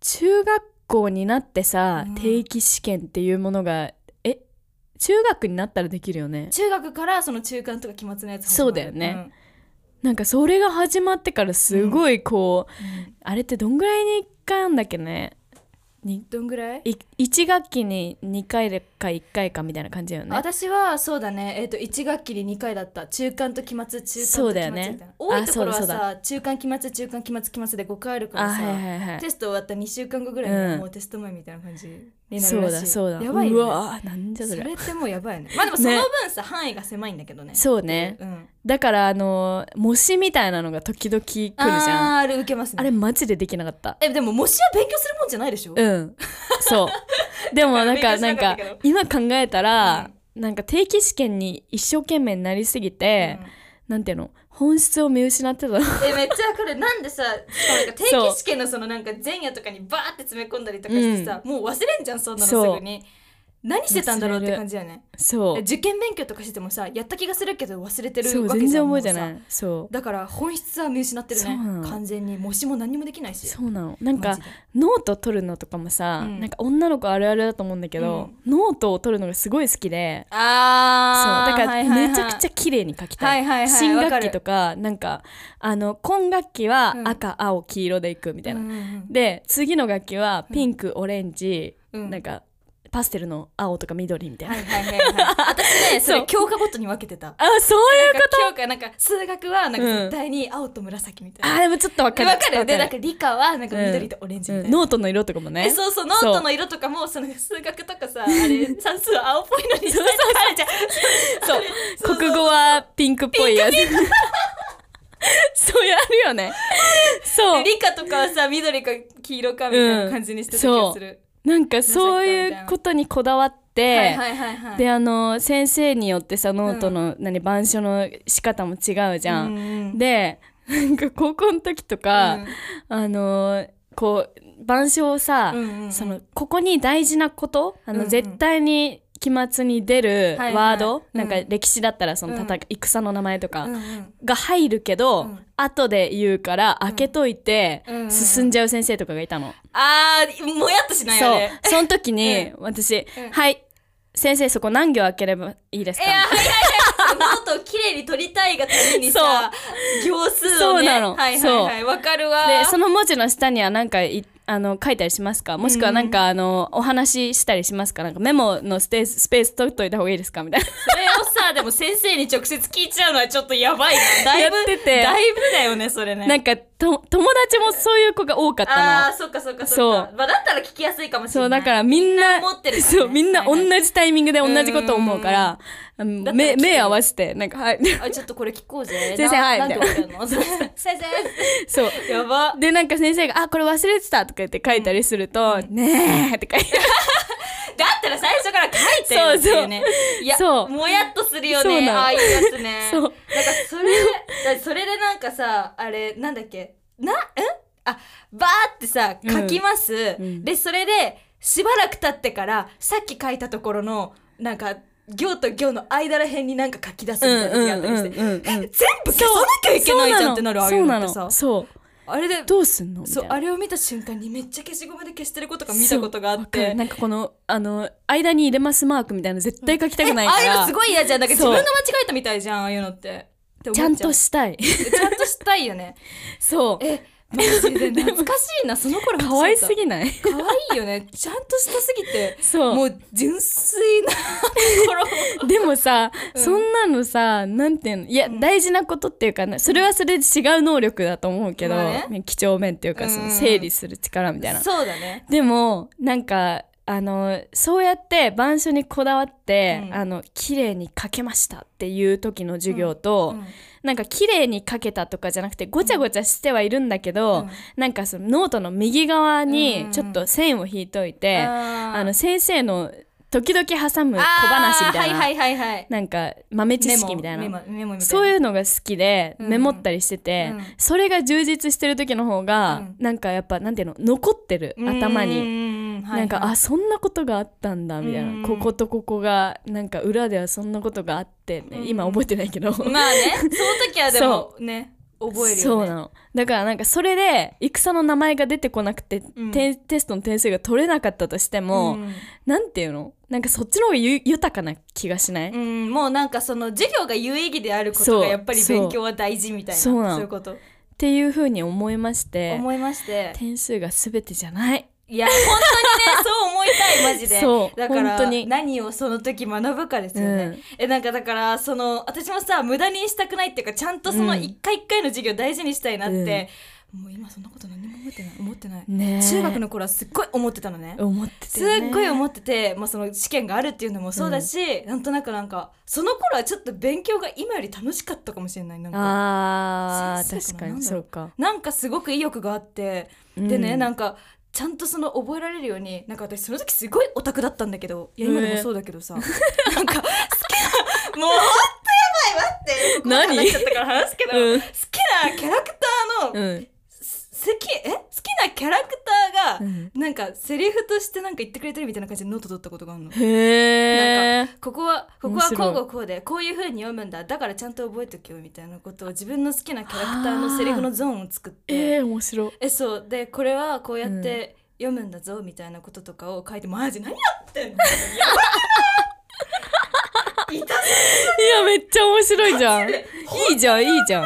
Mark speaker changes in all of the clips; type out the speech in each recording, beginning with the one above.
Speaker 1: 中学校になってさ、
Speaker 2: うん
Speaker 1: 定期試験っていうものがえ中学になったらできるよね
Speaker 2: 中学からその中間とか期末のやつ始まる
Speaker 1: そうだよね、なんかそれが始まってからすごいこう、
Speaker 2: うんうん
Speaker 1: あれってどんぐらいに1回あんだっけねに
Speaker 2: どんぐらい
Speaker 1: い1学期に2回か1回かみたいな感じだよね
Speaker 2: 私はそうだね、えっと1学期で2回だった中間と期末中間と期末
Speaker 1: そうだよね
Speaker 2: みたいな多いところは
Speaker 1: あそうだ
Speaker 2: さ中間期末中間期末期末で5回あるか
Speaker 1: あ
Speaker 2: ら
Speaker 1: はい
Speaker 2: さ、
Speaker 1: はいはい
Speaker 2: テスト終わった2週間後ぐらいに
Speaker 1: うん
Speaker 2: もうテスト前みたいな感じにな
Speaker 1: そ
Speaker 2: る
Speaker 1: う
Speaker 2: らし
Speaker 1: だ
Speaker 2: い、
Speaker 1: そうだ
Speaker 2: やばいよ、
Speaker 1: う
Speaker 2: ね、
Speaker 1: わーなんじゃそ
Speaker 2: そ
Speaker 1: れ
Speaker 2: れってもうやばいよねまあでもその
Speaker 1: ね
Speaker 2: 分さ、範囲が狭いんだけどね
Speaker 1: そうね
Speaker 2: うん、
Speaker 1: だからあの模試みたいなのが時々来るじ
Speaker 2: あ
Speaker 1: ゃんあ
Speaker 2: ーあれ受けますね
Speaker 1: れマジでできなかった
Speaker 2: えでも模試は勉強するもんじゃないでしょ、
Speaker 1: うん そうでもなんか
Speaker 2: 勉強し
Speaker 1: な
Speaker 2: なんか
Speaker 1: か
Speaker 2: ったけど
Speaker 1: 今考えたら、なんか定期試験に一生懸命になりすぎて、
Speaker 2: うん
Speaker 1: なんていうの本質を見失って た
Speaker 2: えめっちゃこれなんでさしかもなんか定
Speaker 1: そう
Speaker 2: 期試験のそのなんか前夜とかにバーって詰め込んだりとかしてさ、もう忘れんじゃんそんなの
Speaker 1: そう
Speaker 2: すぐに何してたんだろうって感じだよね
Speaker 1: そ
Speaker 2: え
Speaker 1: う
Speaker 2: 受験勉強とかしててもさやった気がするけど忘れてる
Speaker 1: そう
Speaker 2: わけ
Speaker 1: 全
Speaker 2: じゃ
Speaker 1: 然
Speaker 2: ん
Speaker 1: 覚えて
Speaker 2: もう
Speaker 1: な
Speaker 2: さ
Speaker 1: いそう
Speaker 2: だから本質は見失ってる
Speaker 1: そうなの
Speaker 2: ね完全に模試も何にもできないし
Speaker 1: そうなのなん
Speaker 2: マ
Speaker 1: か
Speaker 2: ジで
Speaker 1: ノート取るのとかもさ、
Speaker 2: うん
Speaker 1: なんか女の子あるあるだと思うんだけど、ノートを取るのがすごい好きでそう
Speaker 2: あ
Speaker 1: だからめちゃくちゃ
Speaker 2: ゃ
Speaker 1: 綺麗に書きたい,、
Speaker 2: はいはいはい
Speaker 1: 新
Speaker 2: わか
Speaker 1: 学期
Speaker 2: る
Speaker 1: とかなんかあの今学期は
Speaker 2: うん
Speaker 1: 赤、青黄色でいくみたいな、
Speaker 2: うんうん
Speaker 1: で次の学期はピンク、オレンジ、
Speaker 2: うん
Speaker 1: なんかパステルの青とか緑みたいな、
Speaker 2: はいはいはい はい私ねそ
Speaker 1: そう
Speaker 2: れ教科ごとに分けてた
Speaker 1: あそういう
Speaker 2: なんか教科なんか数学はなんか絶対に青と紫みたいな
Speaker 1: あでもちょっとわかる
Speaker 2: わか
Speaker 1: ちょっ
Speaker 2: る
Speaker 1: と
Speaker 2: で
Speaker 1: わ
Speaker 2: なんか理科はなんか緑とオレンジみた
Speaker 1: う
Speaker 2: い
Speaker 1: ん
Speaker 2: な、
Speaker 1: ノートの色とかもね
Speaker 2: えそうそうノートの色とかもその数学とかさあ れ算数は青っぽいのに
Speaker 1: そうそうそう
Speaker 2: そう
Speaker 1: 国語はピンクっぽいやつ そうやるよねそう
Speaker 2: 理科とかはさ緑か黄色かみたいな感じにしてた気がする、
Speaker 1: なんかそういうことにこだわって、
Speaker 2: はいはいはいはい
Speaker 1: であの先生によってさノートの、何板書の仕方も違うじゃん。
Speaker 2: ん
Speaker 1: でなんか高校の時とか、あのこう板書をさ、そのここに大事なことあの、
Speaker 2: うんうん
Speaker 1: 絶対に期末に出る
Speaker 2: はいはい
Speaker 1: ワード、
Speaker 2: うん
Speaker 1: なんか歴史だったらその戦,、
Speaker 2: うん
Speaker 1: 戦の名前とか
Speaker 2: うんうん
Speaker 1: が入るけど、
Speaker 2: うん
Speaker 1: 後で言うから開けといて、
Speaker 2: うんうん
Speaker 1: 進んじゃう先生とかがいたの。
Speaker 2: あーもやっとしないよね
Speaker 1: そうその時に私、
Speaker 2: うん
Speaker 1: はい先生そこ何行開ければいいです
Speaker 2: え
Speaker 1: か?」
Speaker 2: ーはいはいはいノートをきれいに取りたいがためにさ行数をね
Speaker 1: そうなの
Speaker 2: はいはいはいわかるわ
Speaker 1: でその文字の下には何かいあの書いたりしますかもしくはなんか、あのお話ししたりしますかなんかメモのスペーススペース取っといた方がいいですかみたいな
Speaker 2: それをさ、でも先生に直接聞いちゃうのはちょっとやばいな。だいぶ、
Speaker 1: やってて
Speaker 2: だいぶだよね、それね。
Speaker 1: なんかと友達もそういう子が多かった
Speaker 2: ああ
Speaker 1: の
Speaker 2: ー、そっかそっかそっか。
Speaker 1: そう
Speaker 2: まあ、だったら聞きやすいかもしれ
Speaker 1: そ
Speaker 2: な
Speaker 1: う
Speaker 2: い。
Speaker 1: だからみんな
Speaker 2: 持ってるしね
Speaker 1: そうみんな同じタイミングで同じこと思うからあ
Speaker 2: だ
Speaker 1: の
Speaker 2: ったら聞
Speaker 1: 目
Speaker 2: いて
Speaker 1: 目合わせてなんかはい
Speaker 2: あ、ちょっとこれ聞こうぜ。
Speaker 1: 先生
Speaker 2: な
Speaker 1: はい
Speaker 2: なんて
Speaker 1: みた
Speaker 2: ことやん の先生
Speaker 1: そう
Speaker 2: やば。
Speaker 1: でなんか先生が「あこれ忘れてた」とか言って書いたりすると「ねえ」とか言って
Speaker 2: だったら最初から書いてよっていうね。いや、
Speaker 1: そう
Speaker 2: もやっとするよ
Speaker 1: そう
Speaker 2: ね。
Speaker 1: なの
Speaker 2: ああいうやつね。
Speaker 1: そう
Speaker 2: なんかそれ、だそれでなんかさ、あれ、なんだっけ、な、んあ、バーってさ、
Speaker 1: うん
Speaker 2: 書きます。
Speaker 1: うん
Speaker 2: で、それで、しばらく経ってから、さっき書いたところの、なんか、行と行の間らへんになんか書き出すみたいな時あったりして。
Speaker 1: うんうんうんうん
Speaker 2: 全部消さなきゃいけないじゃんってなるああい
Speaker 1: そうう
Speaker 2: の
Speaker 1: な
Speaker 2: って
Speaker 1: の
Speaker 2: さ。
Speaker 1: そう
Speaker 2: あれで、
Speaker 1: どうすんのみた
Speaker 2: そう
Speaker 1: い、な
Speaker 2: あれを見た瞬間にめっちゃ消しゴムで消してることが見たことがあっ
Speaker 1: そうわか
Speaker 2: て
Speaker 1: る。なんかこのあの間に入れますマークみたいなの絶対書きたくない
Speaker 2: あ
Speaker 1: か
Speaker 2: あいう
Speaker 1: ら、
Speaker 2: のすごい嫌じゃん。なんか自
Speaker 1: そう
Speaker 2: 分が間違えたみたいじゃん、ああいうのって。って思っ
Speaker 1: ちゃんと
Speaker 2: ち
Speaker 1: した い
Speaker 2: ゃんとしたいよね。
Speaker 1: そう
Speaker 2: え、マジで懐かしいな、その頃
Speaker 1: 可愛すぎない
Speaker 2: 可愛いよね。ちゃんとしたすぎて。
Speaker 1: そう
Speaker 2: もう純粋な 頃。
Speaker 1: でもさ、
Speaker 2: うん
Speaker 1: そんなのさなんていうのいや、
Speaker 2: うん
Speaker 1: 大事なことっていうかなそれはそれで違う能力だと思うけど、
Speaker 2: まあ
Speaker 1: ね几帳面っていうかその整理する力みたいな、
Speaker 2: そうだね。
Speaker 1: でもなんかあのそうやって板書にこだわって、
Speaker 2: うん
Speaker 1: あの綺麗に書けましたっていう時の授業と、
Speaker 2: うん
Speaker 1: なんか綺麗に書けたとかじゃなくてごちゃごちゃしてはいるんだけど、
Speaker 2: うん
Speaker 1: なんかそのノートの右側
Speaker 2: うんうん
Speaker 1: に
Speaker 2: うん
Speaker 1: ちょっと線を引いといて、
Speaker 2: あ
Speaker 1: あの先
Speaker 2: 小
Speaker 1: 生の時々挟む小話みたいな、
Speaker 2: はいはいはいはい。
Speaker 1: なんか豆知識みたいな
Speaker 2: メモメモメモみたいな。
Speaker 1: そういうのが好きで
Speaker 2: うん
Speaker 1: メモったりしてて、
Speaker 2: うん
Speaker 1: それが充実してる時の方が、
Speaker 2: うん
Speaker 1: なんかやっぱなんていうの残ってる頭に。
Speaker 2: に
Speaker 1: なんか、あそんなことがあったんだみたいな、
Speaker 2: うん
Speaker 1: こことここがなんか裏ではそんなことがあってね、
Speaker 2: う ん
Speaker 1: 今覚えてないけど、
Speaker 2: まあね、その時はでもね、覚えるよね
Speaker 1: そうなのだからなんかそれで戦の名前が出てこなくて、
Speaker 2: うん
Speaker 1: テテストの点数が取れなかったとしても、
Speaker 2: うん
Speaker 1: なんていうのなんかそっちの方がゆ豊かな気がしない、
Speaker 2: うん、もうなんかその授業が有意義であること
Speaker 1: そ
Speaker 2: が
Speaker 1: う
Speaker 2: やっぱり勉強は大事みたいな
Speaker 1: そう
Speaker 2: そう
Speaker 1: なの
Speaker 2: いうこと
Speaker 1: っていうふうに思いまして
Speaker 2: 思いまして
Speaker 1: 点数が全てじゃない
Speaker 2: いや本当にね そう思いたいマジで
Speaker 1: そう
Speaker 2: だから
Speaker 1: 本当に
Speaker 2: 何をその時学ぶかですよね、
Speaker 1: うん
Speaker 2: えなんかだからその私もさ無駄にしたくないっていうかちゃんとその
Speaker 1: うん
Speaker 2: 一回一回の授業大事にしたいなって、もう今そんなこと何も思ってない思ってない、
Speaker 1: ねえ
Speaker 2: 中学の頃はすっごい思ってたのね
Speaker 1: 思ってて、
Speaker 2: すっごい思
Speaker 1: っ
Speaker 2: ってて、まあ、その試験があるっていうのもそうだし、なんとなくなんかその頃はちょっと勉強が今より楽しかったかもしれないなんか
Speaker 1: あ
Speaker 2: 先
Speaker 1: ー確
Speaker 2: 生か
Speaker 1: か
Speaker 2: な
Speaker 1: にそうか
Speaker 2: なんかすごく意欲があってでね、
Speaker 1: うん
Speaker 2: なんかちゃんとその覚えられるようになんか私その時すごいオタクだったんだけどいや今でもそうだけ どさ、なんか好きなもうほんとやばい待ってここまで話しちゃったから話すけど、
Speaker 1: うん
Speaker 2: 好きなキャラクターの、好
Speaker 1: うん
Speaker 2: きえ好きなキャラクターが、
Speaker 1: うん
Speaker 2: なんかセリフとしてなんか言ってくれてるみたいな感じでノート取ったことがあるの。
Speaker 1: へ
Speaker 2: な
Speaker 1: え
Speaker 2: んかここはここは
Speaker 1: 面
Speaker 2: こう
Speaker 1: 白い
Speaker 2: こうこうでこういう風に読むんだだからちゃんと覚えとけよみたいなことを自分の好きなキャラクターのセリフのゾーンを作って、
Speaker 1: えー、面白い
Speaker 2: えそうでこれはこうやって読むんだぞみたいなこととかを書いてマジ何やってん の
Speaker 1: いやめっちゃ面白いじゃんいいじゃんいいじゃん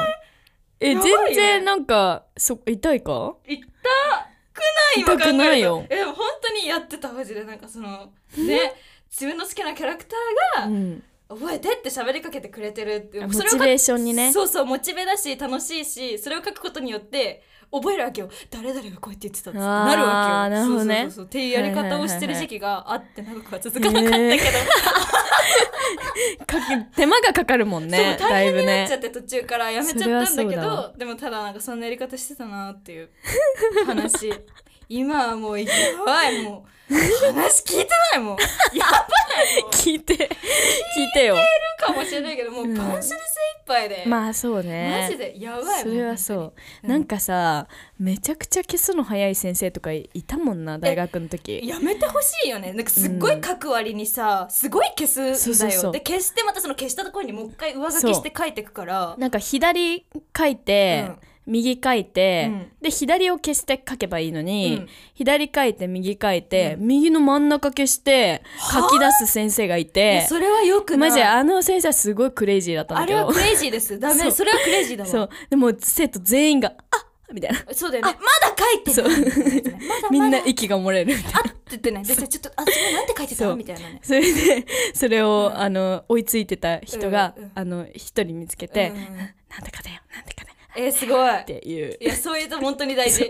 Speaker 1: え、
Speaker 2: やばいね
Speaker 1: 全然なんかそ痛いか
Speaker 2: 痛くない今考えると
Speaker 1: 痛くないよ
Speaker 2: えでも本当にやってたマジでなんかそのね自分の好きなキャラクタ
Speaker 1: う
Speaker 2: ーが
Speaker 1: ん
Speaker 2: 覚えてって喋りかけてくれてるって
Speaker 1: あ
Speaker 2: いう
Speaker 1: モ
Speaker 2: それを
Speaker 1: チベーションにね
Speaker 2: そうそうモチベだし楽しいしそれを書くことによって覚えるわけよ誰々がこうやって言ってたっつって
Speaker 1: あー
Speaker 2: なるわけよ
Speaker 1: なるほどね
Speaker 2: そうそうそうっていうやり方をしてる時期があって長くは続かなかったけど、
Speaker 1: へー かけ 手間がかかるもんね
Speaker 2: そう
Speaker 1: だ
Speaker 2: 大
Speaker 1: い
Speaker 2: 変
Speaker 1: ぶ
Speaker 2: になっ
Speaker 1: ね
Speaker 2: ちゃって途中からやめちゃったんだけ
Speaker 1: それはそうだ
Speaker 2: どでもただなんかそんなやり方してたなっていう 話今はもうやばいもう話聞いてない もんやばいもう
Speaker 1: 聞いて聞 いてよ
Speaker 2: かもしれないけどもう
Speaker 1: うん
Speaker 2: パンシで精一杯で、
Speaker 1: まあそうね
Speaker 2: マジでやばい
Speaker 1: それはそう、
Speaker 2: うん
Speaker 1: なんかさめちゃくちゃ消すの早い先生とかいたもんな大学の時
Speaker 2: やめてほしいよねなんかすっごい書く割にさすごい消すんだよ
Speaker 1: そうそうそう
Speaker 2: で消してまたその消したところにもう一回上書きして書いてくから
Speaker 1: なんか左書いて、右書いて、
Speaker 2: うん
Speaker 1: で左を消して書けばいいのに、
Speaker 2: うん
Speaker 1: 左書いて右書いて、右の真ん中消して書き出す先生がい
Speaker 2: い
Speaker 1: て
Speaker 2: やそれはよく
Speaker 1: マ
Speaker 2: ない
Speaker 1: ジあの先生はすごいクレイジーだったん
Speaker 2: あ
Speaker 1: だけ
Speaker 2: れは
Speaker 1: ど
Speaker 2: クレイジーですダメ
Speaker 1: そ
Speaker 2: そうれはクレイジーだ わ
Speaker 1: そうでも生徒全員が「あみたいな
Speaker 2: そうだよね。まだ書いてないみたいなね。まだ
Speaker 1: み
Speaker 2: ま
Speaker 1: ん
Speaker 2: だ
Speaker 1: な息が漏れるみたいな
Speaker 2: あって言ってね。で、じゃあちょっと、あ、それなんて書いて
Speaker 1: そ
Speaker 2: た
Speaker 1: う
Speaker 2: みたいな ね。
Speaker 1: それでそれを、あの追いついてた人が、
Speaker 2: うんうん
Speaker 1: あの一人見つけて「
Speaker 2: うん
Speaker 1: なんてかだよなんてかだよ」
Speaker 2: えー、すごい。
Speaker 1: っていう
Speaker 2: いや、そういうと本当に大事。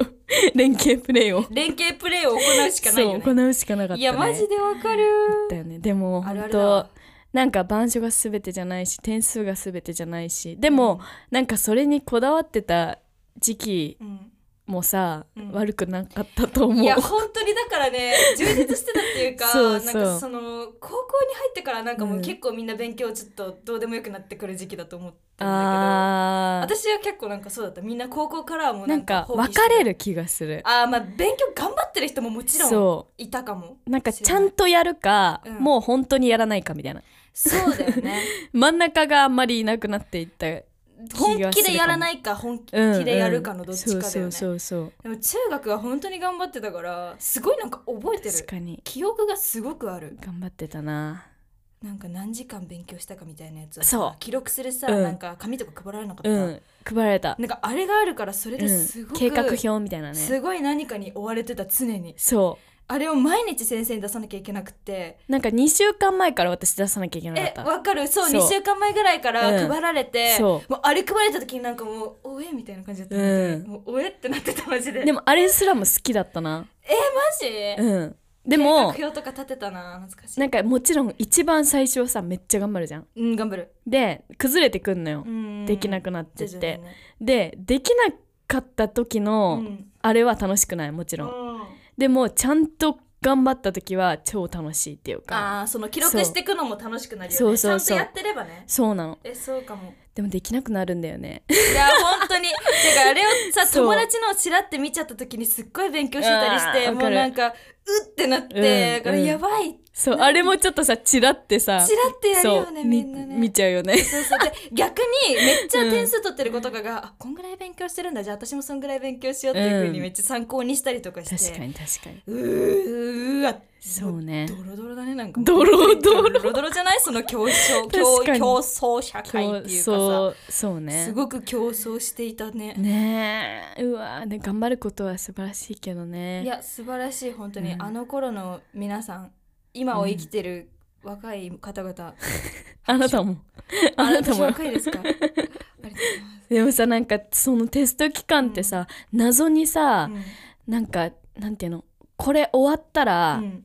Speaker 1: 連携プレーを
Speaker 2: 連携プレーを行うしかな
Speaker 1: そ
Speaker 2: い
Speaker 1: う
Speaker 2: よね。
Speaker 1: 行うしかなかった、ね、
Speaker 2: いや、マジでわかる。
Speaker 1: だよねでも
Speaker 2: あるあ
Speaker 1: 本
Speaker 2: るだわ
Speaker 1: 当なんか板書が全てじゃないし点数が全てじゃないしでも、なんかそれにこだわってた時期
Speaker 2: うん
Speaker 1: もさ、
Speaker 2: うん
Speaker 1: 悪くなかったと思う
Speaker 2: いや本当にだから ね充実してたっていうか
Speaker 1: そうそう
Speaker 2: なんかその高校に入ってからなんかもううん結構みんな勉強ちょっとどうでもよくなってくる時期だと思ったんだ
Speaker 1: あ
Speaker 2: けど私は結構なんかそうだったみんな高校からはもう
Speaker 1: ーなんか
Speaker 2: 放棄
Speaker 1: 分
Speaker 2: して
Speaker 1: かれる気がする
Speaker 2: あーまあ勉強頑張ってる人ももちろん
Speaker 1: そ
Speaker 2: いたかも
Speaker 1: うなんかちゃんとやるか、
Speaker 2: うん
Speaker 1: もう本当にやらないかみたいな
Speaker 2: そうだよね
Speaker 1: 真ん中があんまりいなくなっていった
Speaker 2: 本気でやらないいか本気
Speaker 1: うん
Speaker 2: でやるかのどっちかだ
Speaker 1: う
Speaker 2: よ
Speaker 1: ん
Speaker 2: ね
Speaker 1: そうそうそう
Speaker 2: でも中学は本当に頑張ってたからすごいなんか覚えて
Speaker 1: そう確
Speaker 2: る
Speaker 1: かに
Speaker 2: 記憶がすごくある
Speaker 1: 頑張ってたな
Speaker 2: なんか何時間勉強したかみたいなやつは
Speaker 1: そう
Speaker 2: 記録するさ、
Speaker 1: うん
Speaker 2: なんか紙とか配られなかった、
Speaker 1: うん配られた、
Speaker 2: なんかあれがあるからそれ
Speaker 1: うん
Speaker 2: ですごく、
Speaker 1: 計画表みたいなね
Speaker 2: すごい何かに追われてた常に
Speaker 1: そ
Speaker 2: あれを毎日先生に出さなきゃいけなくって
Speaker 1: うなんか2週間前から私出さなきゃいけなかっ
Speaker 2: え
Speaker 1: た
Speaker 2: わかるそう
Speaker 1: そう
Speaker 2: 2週間前ぐらいから
Speaker 1: うん
Speaker 2: 配られて、
Speaker 1: そ
Speaker 2: もうあれ配られた時になんかもう「おえ」みたいな感じだった、
Speaker 1: うん
Speaker 2: もう「おえ」ってなってたマジで
Speaker 1: でもあれすらも好きだったな
Speaker 2: マジ、
Speaker 1: うんで
Speaker 2: 計
Speaker 1: も
Speaker 2: 画表とか立てたな懐かしい
Speaker 1: なんかもちろん一番最初はさめっちゃ頑張るじゃん
Speaker 2: うん頑張る
Speaker 1: で崩れてくんのよ、
Speaker 2: うん
Speaker 1: できなくなってっ
Speaker 2: 徐々
Speaker 1: て
Speaker 2: に、ね
Speaker 1: でできなかった時の、
Speaker 2: うん
Speaker 1: あれは楽しくないもちろん、でもちゃんと頑張った時は超楽しいっていうか
Speaker 2: ああその記録していくのも楽しくなるよね
Speaker 1: そうそうそう
Speaker 2: ちゃんとやってればね
Speaker 1: そうなの
Speaker 2: えそうかも
Speaker 1: でもできなくなるんだよね
Speaker 2: いや本当にてかあれをさ
Speaker 1: そう
Speaker 2: 友達のをちらって見ちゃった時にすっごい勉強してたりして
Speaker 1: あーわ
Speaker 2: も
Speaker 1: か
Speaker 2: う
Speaker 1: る
Speaker 2: なんかうってなって、
Speaker 1: うん
Speaker 2: だからやばいって
Speaker 1: そうあれもちょっとさチラってさ
Speaker 2: チラってやるよね
Speaker 1: そう
Speaker 2: みんなね
Speaker 1: 見ちゃうよね
Speaker 2: そうそうで逆にめっちゃ点数取ってる子とかが、あこんぐらい勉強してるんだじゃあ私もそんぐらい勉強しようっていうふうにめっちゃ参考にしたりとかして、
Speaker 1: 確かに確かに
Speaker 2: うーうーわ
Speaker 1: そうね
Speaker 2: ドロドロだねなんか
Speaker 1: ドロドロ
Speaker 2: ドロドロじゃないその競 争競
Speaker 1: 確かに
Speaker 2: 競争社会っていうか
Speaker 1: そ
Speaker 2: さ
Speaker 1: うそうね
Speaker 2: すごく競争していたね
Speaker 1: ねえうわーね頑張ることは素晴らしいけどね
Speaker 2: いや素晴らしい本当
Speaker 1: う
Speaker 2: に、
Speaker 1: ん
Speaker 2: あの頃の皆さん今を生きてる若い方々、
Speaker 1: あなたもあ
Speaker 2: あ
Speaker 1: なた
Speaker 2: 私
Speaker 1: も
Speaker 2: 若いで すかありがとうございます
Speaker 1: でもさなんかそのテスト期間ってさ、謎にさ、なんかなんていうのこれ終わったら、
Speaker 2: うん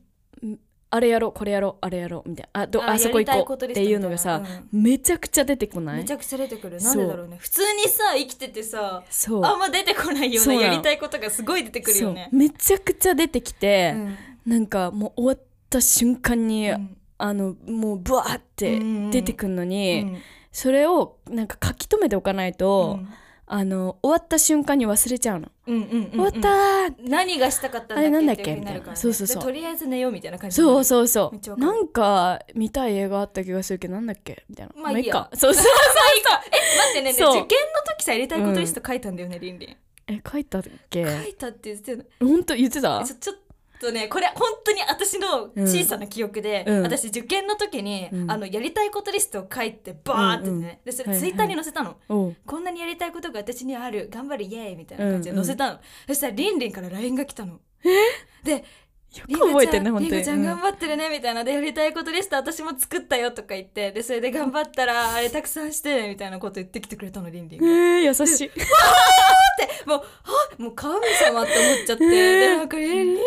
Speaker 1: あれやろうこれやろうあれやろうみたいなあどあそこ行こうっていうのがさ、めちゃくちゃ出てこ
Speaker 2: や
Speaker 1: な
Speaker 2: りたいことリストみ
Speaker 1: い
Speaker 2: たいなうんめちゃくちゃ出てくる
Speaker 1: そ
Speaker 2: な
Speaker 1: うん
Speaker 2: でだろうね普通にさ生きててさ
Speaker 1: そう
Speaker 2: あんま出てこないよう
Speaker 1: そう
Speaker 2: な
Speaker 1: なの
Speaker 2: やりたいことがすごい出てくるよね
Speaker 1: そうめちゃくちゃ出てきて
Speaker 2: う、ん
Speaker 1: なんかもう終わった瞬間に、
Speaker 2: うん
Speaker 1: あのもうブワーって出てくるのに、
Speaker 2: うん
Speaker 1: それをなんか書き留めておかないと、あの終わった瞬間に忘れちゃうの、
Speaker 2: うんうんうんうん
Speaker 1: 終わったー
Speaker 2: 何がしたかったんだっけ
Speaker 1: あれなんだっけ
Speaker 2: ていうふうになるから
Speaker 1: みたい
Speaker 2: ね
Speaker 1: なそうそうそう
Speaker 2: でとりあえず寝ようみたいな感じ
Speaker 1: そうそうそ
Speaker 2: めっちゃ
Speaker 1: う
Speaker 2: わかる
Speaker 1: なんか見たい映画あった気がするけどなんだっけみたいな
Speaker 2: まあいいや
Speaker 1: まかそうそう
Speaker 2: う待ってねね
Speaker 1: そう
Speaker 2: 受験の時さやりたいことリスト書いたんだよねりんりん
Speaker 1: え書いたっけ
Speaker 2: 書いたって言ってたの
Speaker 1: 本当言ってた
Speaker 2: ちょちょっとねこれ本当に私の小さな記憶で、
Speaker 1: うんうん
Speaker 2: 私受験の時に、
Speaker 1: うん
Speaker 2: あのやりたいことリストを書いてバーってね、
Speaker 1: うんうん
Speaker 2: でそ
Speaker 1: は
Speaker 2: れ
Speaker 1: い
Speaker 2: ツイッターに載せたの、
Speaker 1: おう
Speaker 2: こんなにやりたいことが私にはある頑張るイエーイみたいな感じで載せたの、そしたらりんりんから LINE が来たの。で
Speaker 1: よ
Speaker 2: り
Speaker 1: く
Speaker 2: んご
Speaker 1: 覚え
Speaker 2: ち
Speaker 1: て
Speaker 2: ゃ
Speaker 1: ん
Speaker 2: ん
Speaker 1: ね本
Speaker 2: りん
Speaker 1: 当
Speaker 2: ご
Speaker 1: に
Speaker 2: ちゃん頑張ってるねみたいなでやりたいことリスト私も作ったよとか言ってでそれで頑張ったらあれたくさんしてみたいなこと言ってきてくれたのりんりんが
Speaker 1: うんえー優 しい
Speaker 2: もう、あもう神様って思っちゃっ
Speaker 1: え
Speaker 2: て、
Speaker 1: ー
Speaker 2: で、なんか、え、リンリン超優しい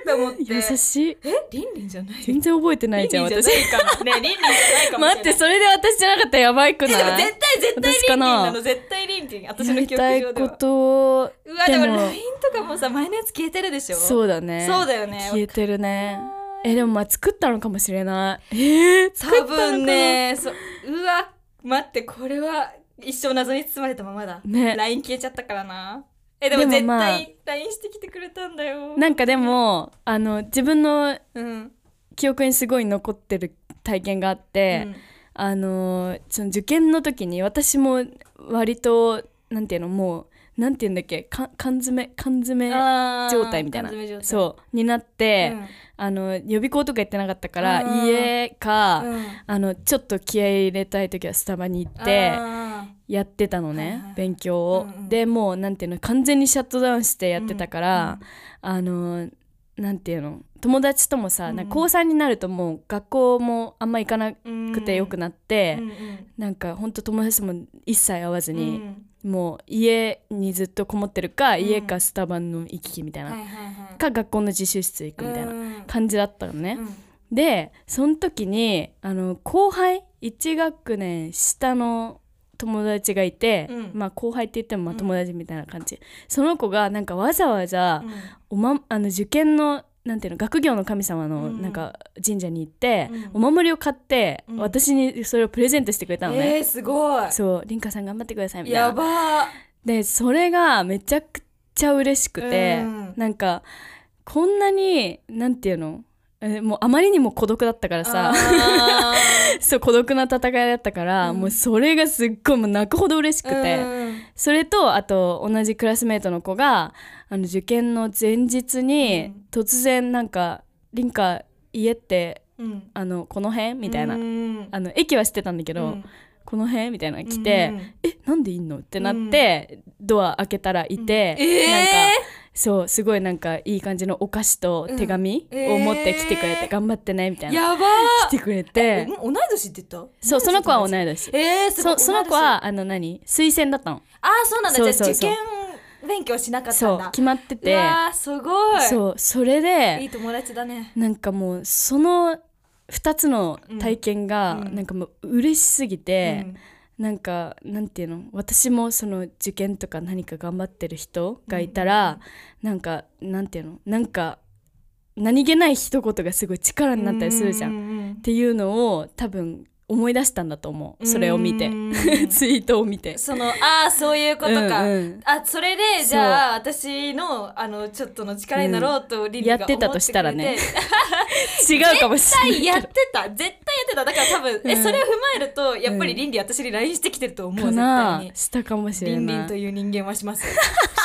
Speaker 2: って思って。
Speaker 1: 優しい
Speaker 2: え、リンリンじゃない
Speaker 1: 全然覚えてな
Speaker 2: リンリ
Speaker 1: い
Speaker 2: ン
Speaker 1: じ
Speaker 2: じ
Speaker 1: ゃ
Speaker 2: ゃ
Speaker 1: ん
Speaker 2: ない
Speaker 1: 私
Speaker 2: かも。ね、リンリンじゃないかもしれない。
Speaker 1: 待ってそれで私じゃなかったらやばいく
Speaker 2: えでも
Speaker 1: ない
Speaker 2: 絶対、絶対リン
Speaker 1: 私
Speaker 2: リ
Speaker 1: か
Speaker 2: ンな
Speaker 1: な
Speaker 2: の、絶対リンリン。私
Speaker 1: や
Speaker 2: の
Speaker 1: り
Speaker 2: 記憶
Speaker 1: たい
Speaker 2: 上で
Speaker 1: こ
Speaker 2: は。
Speaker 1: とを
Speaker 2: うわ、でも
Speaker 1: でも
Speaker 2: LINE とかもさ、前のやつ消えてるでしょ
Speaker 1: そうだね
Speaker 2: そうだよね
Speaker 1: 消えてるねえでもまあ作ったのかもしれない えー、作った
Speaker 2: 多
Speaker 1: のかな
Speaker 2: 分ね、そう、うわ、待って、これは一生謎に包まれたままだ。
Speaker 1: ね
Speaker 2: LINE 消えちゃったからな。え、でも
Speaker 1: で
Speaker 2: 絶
Speaker 1: もまあ
Speaker 2: 対 LINE してきてくれたんだよ。
Speaker 1: なんかでもあの自分の
Speaker 2: うん。
Speaker 1: 記憶にすごい残ってる体験があって、
Speaker 2: うん
Speaker 1: あのその受験の時に私も割となんていうのもうなんていうんだっけか缶詰缶詰
Speaker 2: あー
Speaker 1: 状態みたいな
Speaker 2: 缶詰状態
Speaker 1: そうになっ
Speaker 2: う
Speaker 1: て、
Speaker 2: ん
Speaker 1: あの予備校とか行ってなかったから、
Speaker 2: うん
Speaker 1: 家か、
Speaker 2: うん
Speaker 1: あのちょっと気合い入れたい時はスタバに行って
Speaker 2: あ
Speaker 1: やってたのね、
Speaker 2: はいはい
Speaker 1: 勉強を、
Speaker 2: うんうん
Speaker 1: でもうなんていうの完全にシャットダウンしてやってたから、
Speaker 2: うん
Speaker 1: あのなんていうの友達ともさ、
Speaker 2: うん
Speaker 1: なんか高3になるともう学校もあんま行かな
Speaker 2: ー
Speaker 1: くてよくな
Speaker 2: な
Speaker 1: って、
Speaker 2: うん
Speaker 1: なんかほんと友達とも一切会わず
Speaker 2: うん
Speaker 1: に
Speaker 2: う、ん
Speaker 1: もう家にずっとこもってるか、
Speaker 2: うん
Speaker 1: 家かスタバの行き来みたいな、
Speaker 2: はいはいはい
Speaker 1: か学校の自習室行くみたいな
Speaker 2: うん
Speaker 1: 感じだったのね。
Speaker 2: うん
Speaker 1: でその時にあの後輩1学年下の友達がいて、
Speaker 2: うん
Speaker 1: まあ後輩って言ってもまあ
Speaker 2: うん
Speaker 1: 友達みたいな感じ、その子がなんかわざわざ
Speaker 2: うん
Speaker 1: お、ま、あの受験のなんていうの学業の神様
Speaker 2: う
Speaker 1: の
Speaker 2: ん
Speaker 1: なんか神社に行って、
Speaker 2: うん
Speaker 1: お守りを買って、
Speaker 2: うん
Speaker 1: 私にそれをプレゼントしてくれたのね、
Speaker 2: えーすごい
Speaker 1: そう凛花さん頑張ってくださいみたいな
Speaker 2: やば
Speaker 1: でそれがめちゃくちゃ嬉しくて、
Speaker 2: うん
Speaker 1: なんかこんなになんていうのえもうあまりにも孤独だったからさ
Speaker 2: あ
Speaker 1: そう孤独な戦いだったから、
Speaker 2: うん
Speaker 1: もうそれがすっごいもう泣くほど嬉し く
Speaker 2: ー
Speaker 1: て、
Speaker 2: うん
Speaker 1: それとあと同じクラスメートの子があの受験の前日に突然なんか「凛花家って
Speaker 2: うん
Speaker 1: あのこの辺?」みたいな、
Speaker 2: うん
Speaker 1: あの駅は知ってたんだけど「
Speaker 2: うん
Speaker 1: この辺?」みたいな来て。
Speaker 2: うん
Speaker 1: えなんでいんのってなって、ドア開けたらいて、
Speaker 2: うんえー
Speaker 1: なんかそうすごいなんかいい感じのお菓子と手紙
Speaker 2: うんえー
Speaker 1: を持って来てくれて、頑張ってねみたいな
Speaker 2: やば
Speaker 1: 来てくれて
Speaker 2: ーうん同い年って言っ
Speaker 1: そうその子は同い
Speaker 2: た
Speaker 1: 年
Speaker 2: えーすごい
Speaker 1: そその子はあの何推薦だったの
Speaker 2: あーそうなん
Speaker 1: そう
Speaker 2: だじゃあ
Speaker 1: そう
Speaker 2: 受
Speaker 1: そう
Speaker 2: 験勉強しなかった
Speaker 1: そ
Speaker 2: ん
Speaker 1: う
Speaker 2: だ
Speaker 1: 決まって
Speaker 2: う
Speaker 1: て
Speaker 2: わーすごい
Speaker 1: そうそれで
Speaker 2: いい友達だね
Speaker 1: なんかもうその2つの体験が、
Speaker 2: うんうん
Speaker 1: なんかもう嬉しすぎて、
Speaker 2: うん
Speaker 1: なんかなんていうの私もその受験とか何か頑張ってる人がいたら、なんかなんていうのなんか何気ない一言がすごい力になったりするじゃん。っ
Speaker 2: んうんうん
Speaker 1: ていうのを多分思い出したんだと思うそれを見て
Speaker 2: うー ん
Speaker 1: ツイートを見て
Speaker 2: そのああそういうことか、
Speaker 1: うんうん
Speaker 2: あそれでじゃあ私のあのちょっとの力になろうとリリが思って
Speaker 1: やってたとしたらね
Speaker 2: くれて
Speaker 1: 違うかもしれない
Speaker 2: 絶対やってた絶対やってただから多分、
Speaker 1: う
Speaker 2: え
Speaker 1: ん
Speaker 2: それを踏まえるとやっぱり倫理私に LINE してきてると思う、
Speaker 1: か
Speaker 2: 絶
Speaker 1: な
Speaker 2: 対に
Speaker 1: したかもしれ
Speaker 2: 倫
Speaker 1: な
Speaker 2: 理
Speaker 1: い
Speaker 2: という人間はします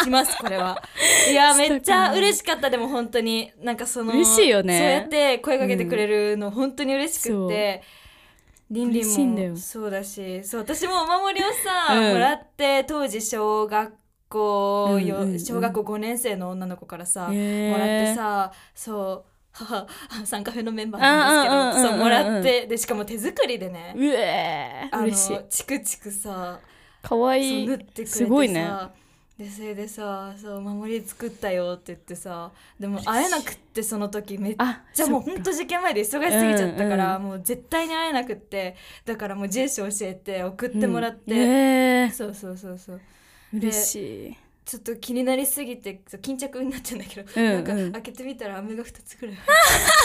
Speaker 2: しますこ れはいや
Speaker 1: したかな
Speaker 2: めっちゃ嬉しかったでも本当になんかその
Speaker 1: 嬉しいよね
Speaker 2: そうやって声かけてくれるの本当に嬉しくって、りん、リン
Speaker 1: 嬉しいんだ
Speaker 2: リン
Speaker 1: よ
Speaker 2: もそうだしそう私もお守りをさ、
Speaker 1: うん
Speaker 2: もらって当時小学校よ、
Speaker 1: うんうんうん
Speaker 2: 小学校5年生の女の子からさ、
Speaker 1: へー
Speaker 2: もらってさそう母三カフェのメンバーなんです
Speaker 1: あ
Speaker 2: け
Speaker 1: ーうんうんうんうん
Speaker 2: どそうもらってでしかも手作りでね
Speaker 1: うえ
Speaker 2: あ
Speaker 1: ー
Speaker 2: の
Speaker 1: 嬉しい
Speaker 2: チクチクさ
Speaker 1: かわ
Speaker 2: そう
Speaker 1: いい
Speaker 2: 縫ってくれてさ
Speaker 1: すごいね
Speaker 2: でそれでさそうお守り作ったよって言ってさでも会えなくってその時めっ
Speaker 1: あ
Speaker 2: ちゃもう
Speaker 1: そっ
Speaker 2: ほ
Speaker 1: か
Speaker 2: んと受験前で忙しすぎちゃったから、
Speaker 1: う
Speaker 2: もう絶対に会えなくってだからもう住所教えて送ってもらって、
Speaker 1: うんえー
Speaker 2: そうそうそうそう
Speaker 1: 嬉しい
Speaker 2: ちょっと気になりすぎてそう巾着になっちゃうんだけど、
Speaker 1: うんうん
Speaker 2: なんか開けてみたら飴が2つぐらい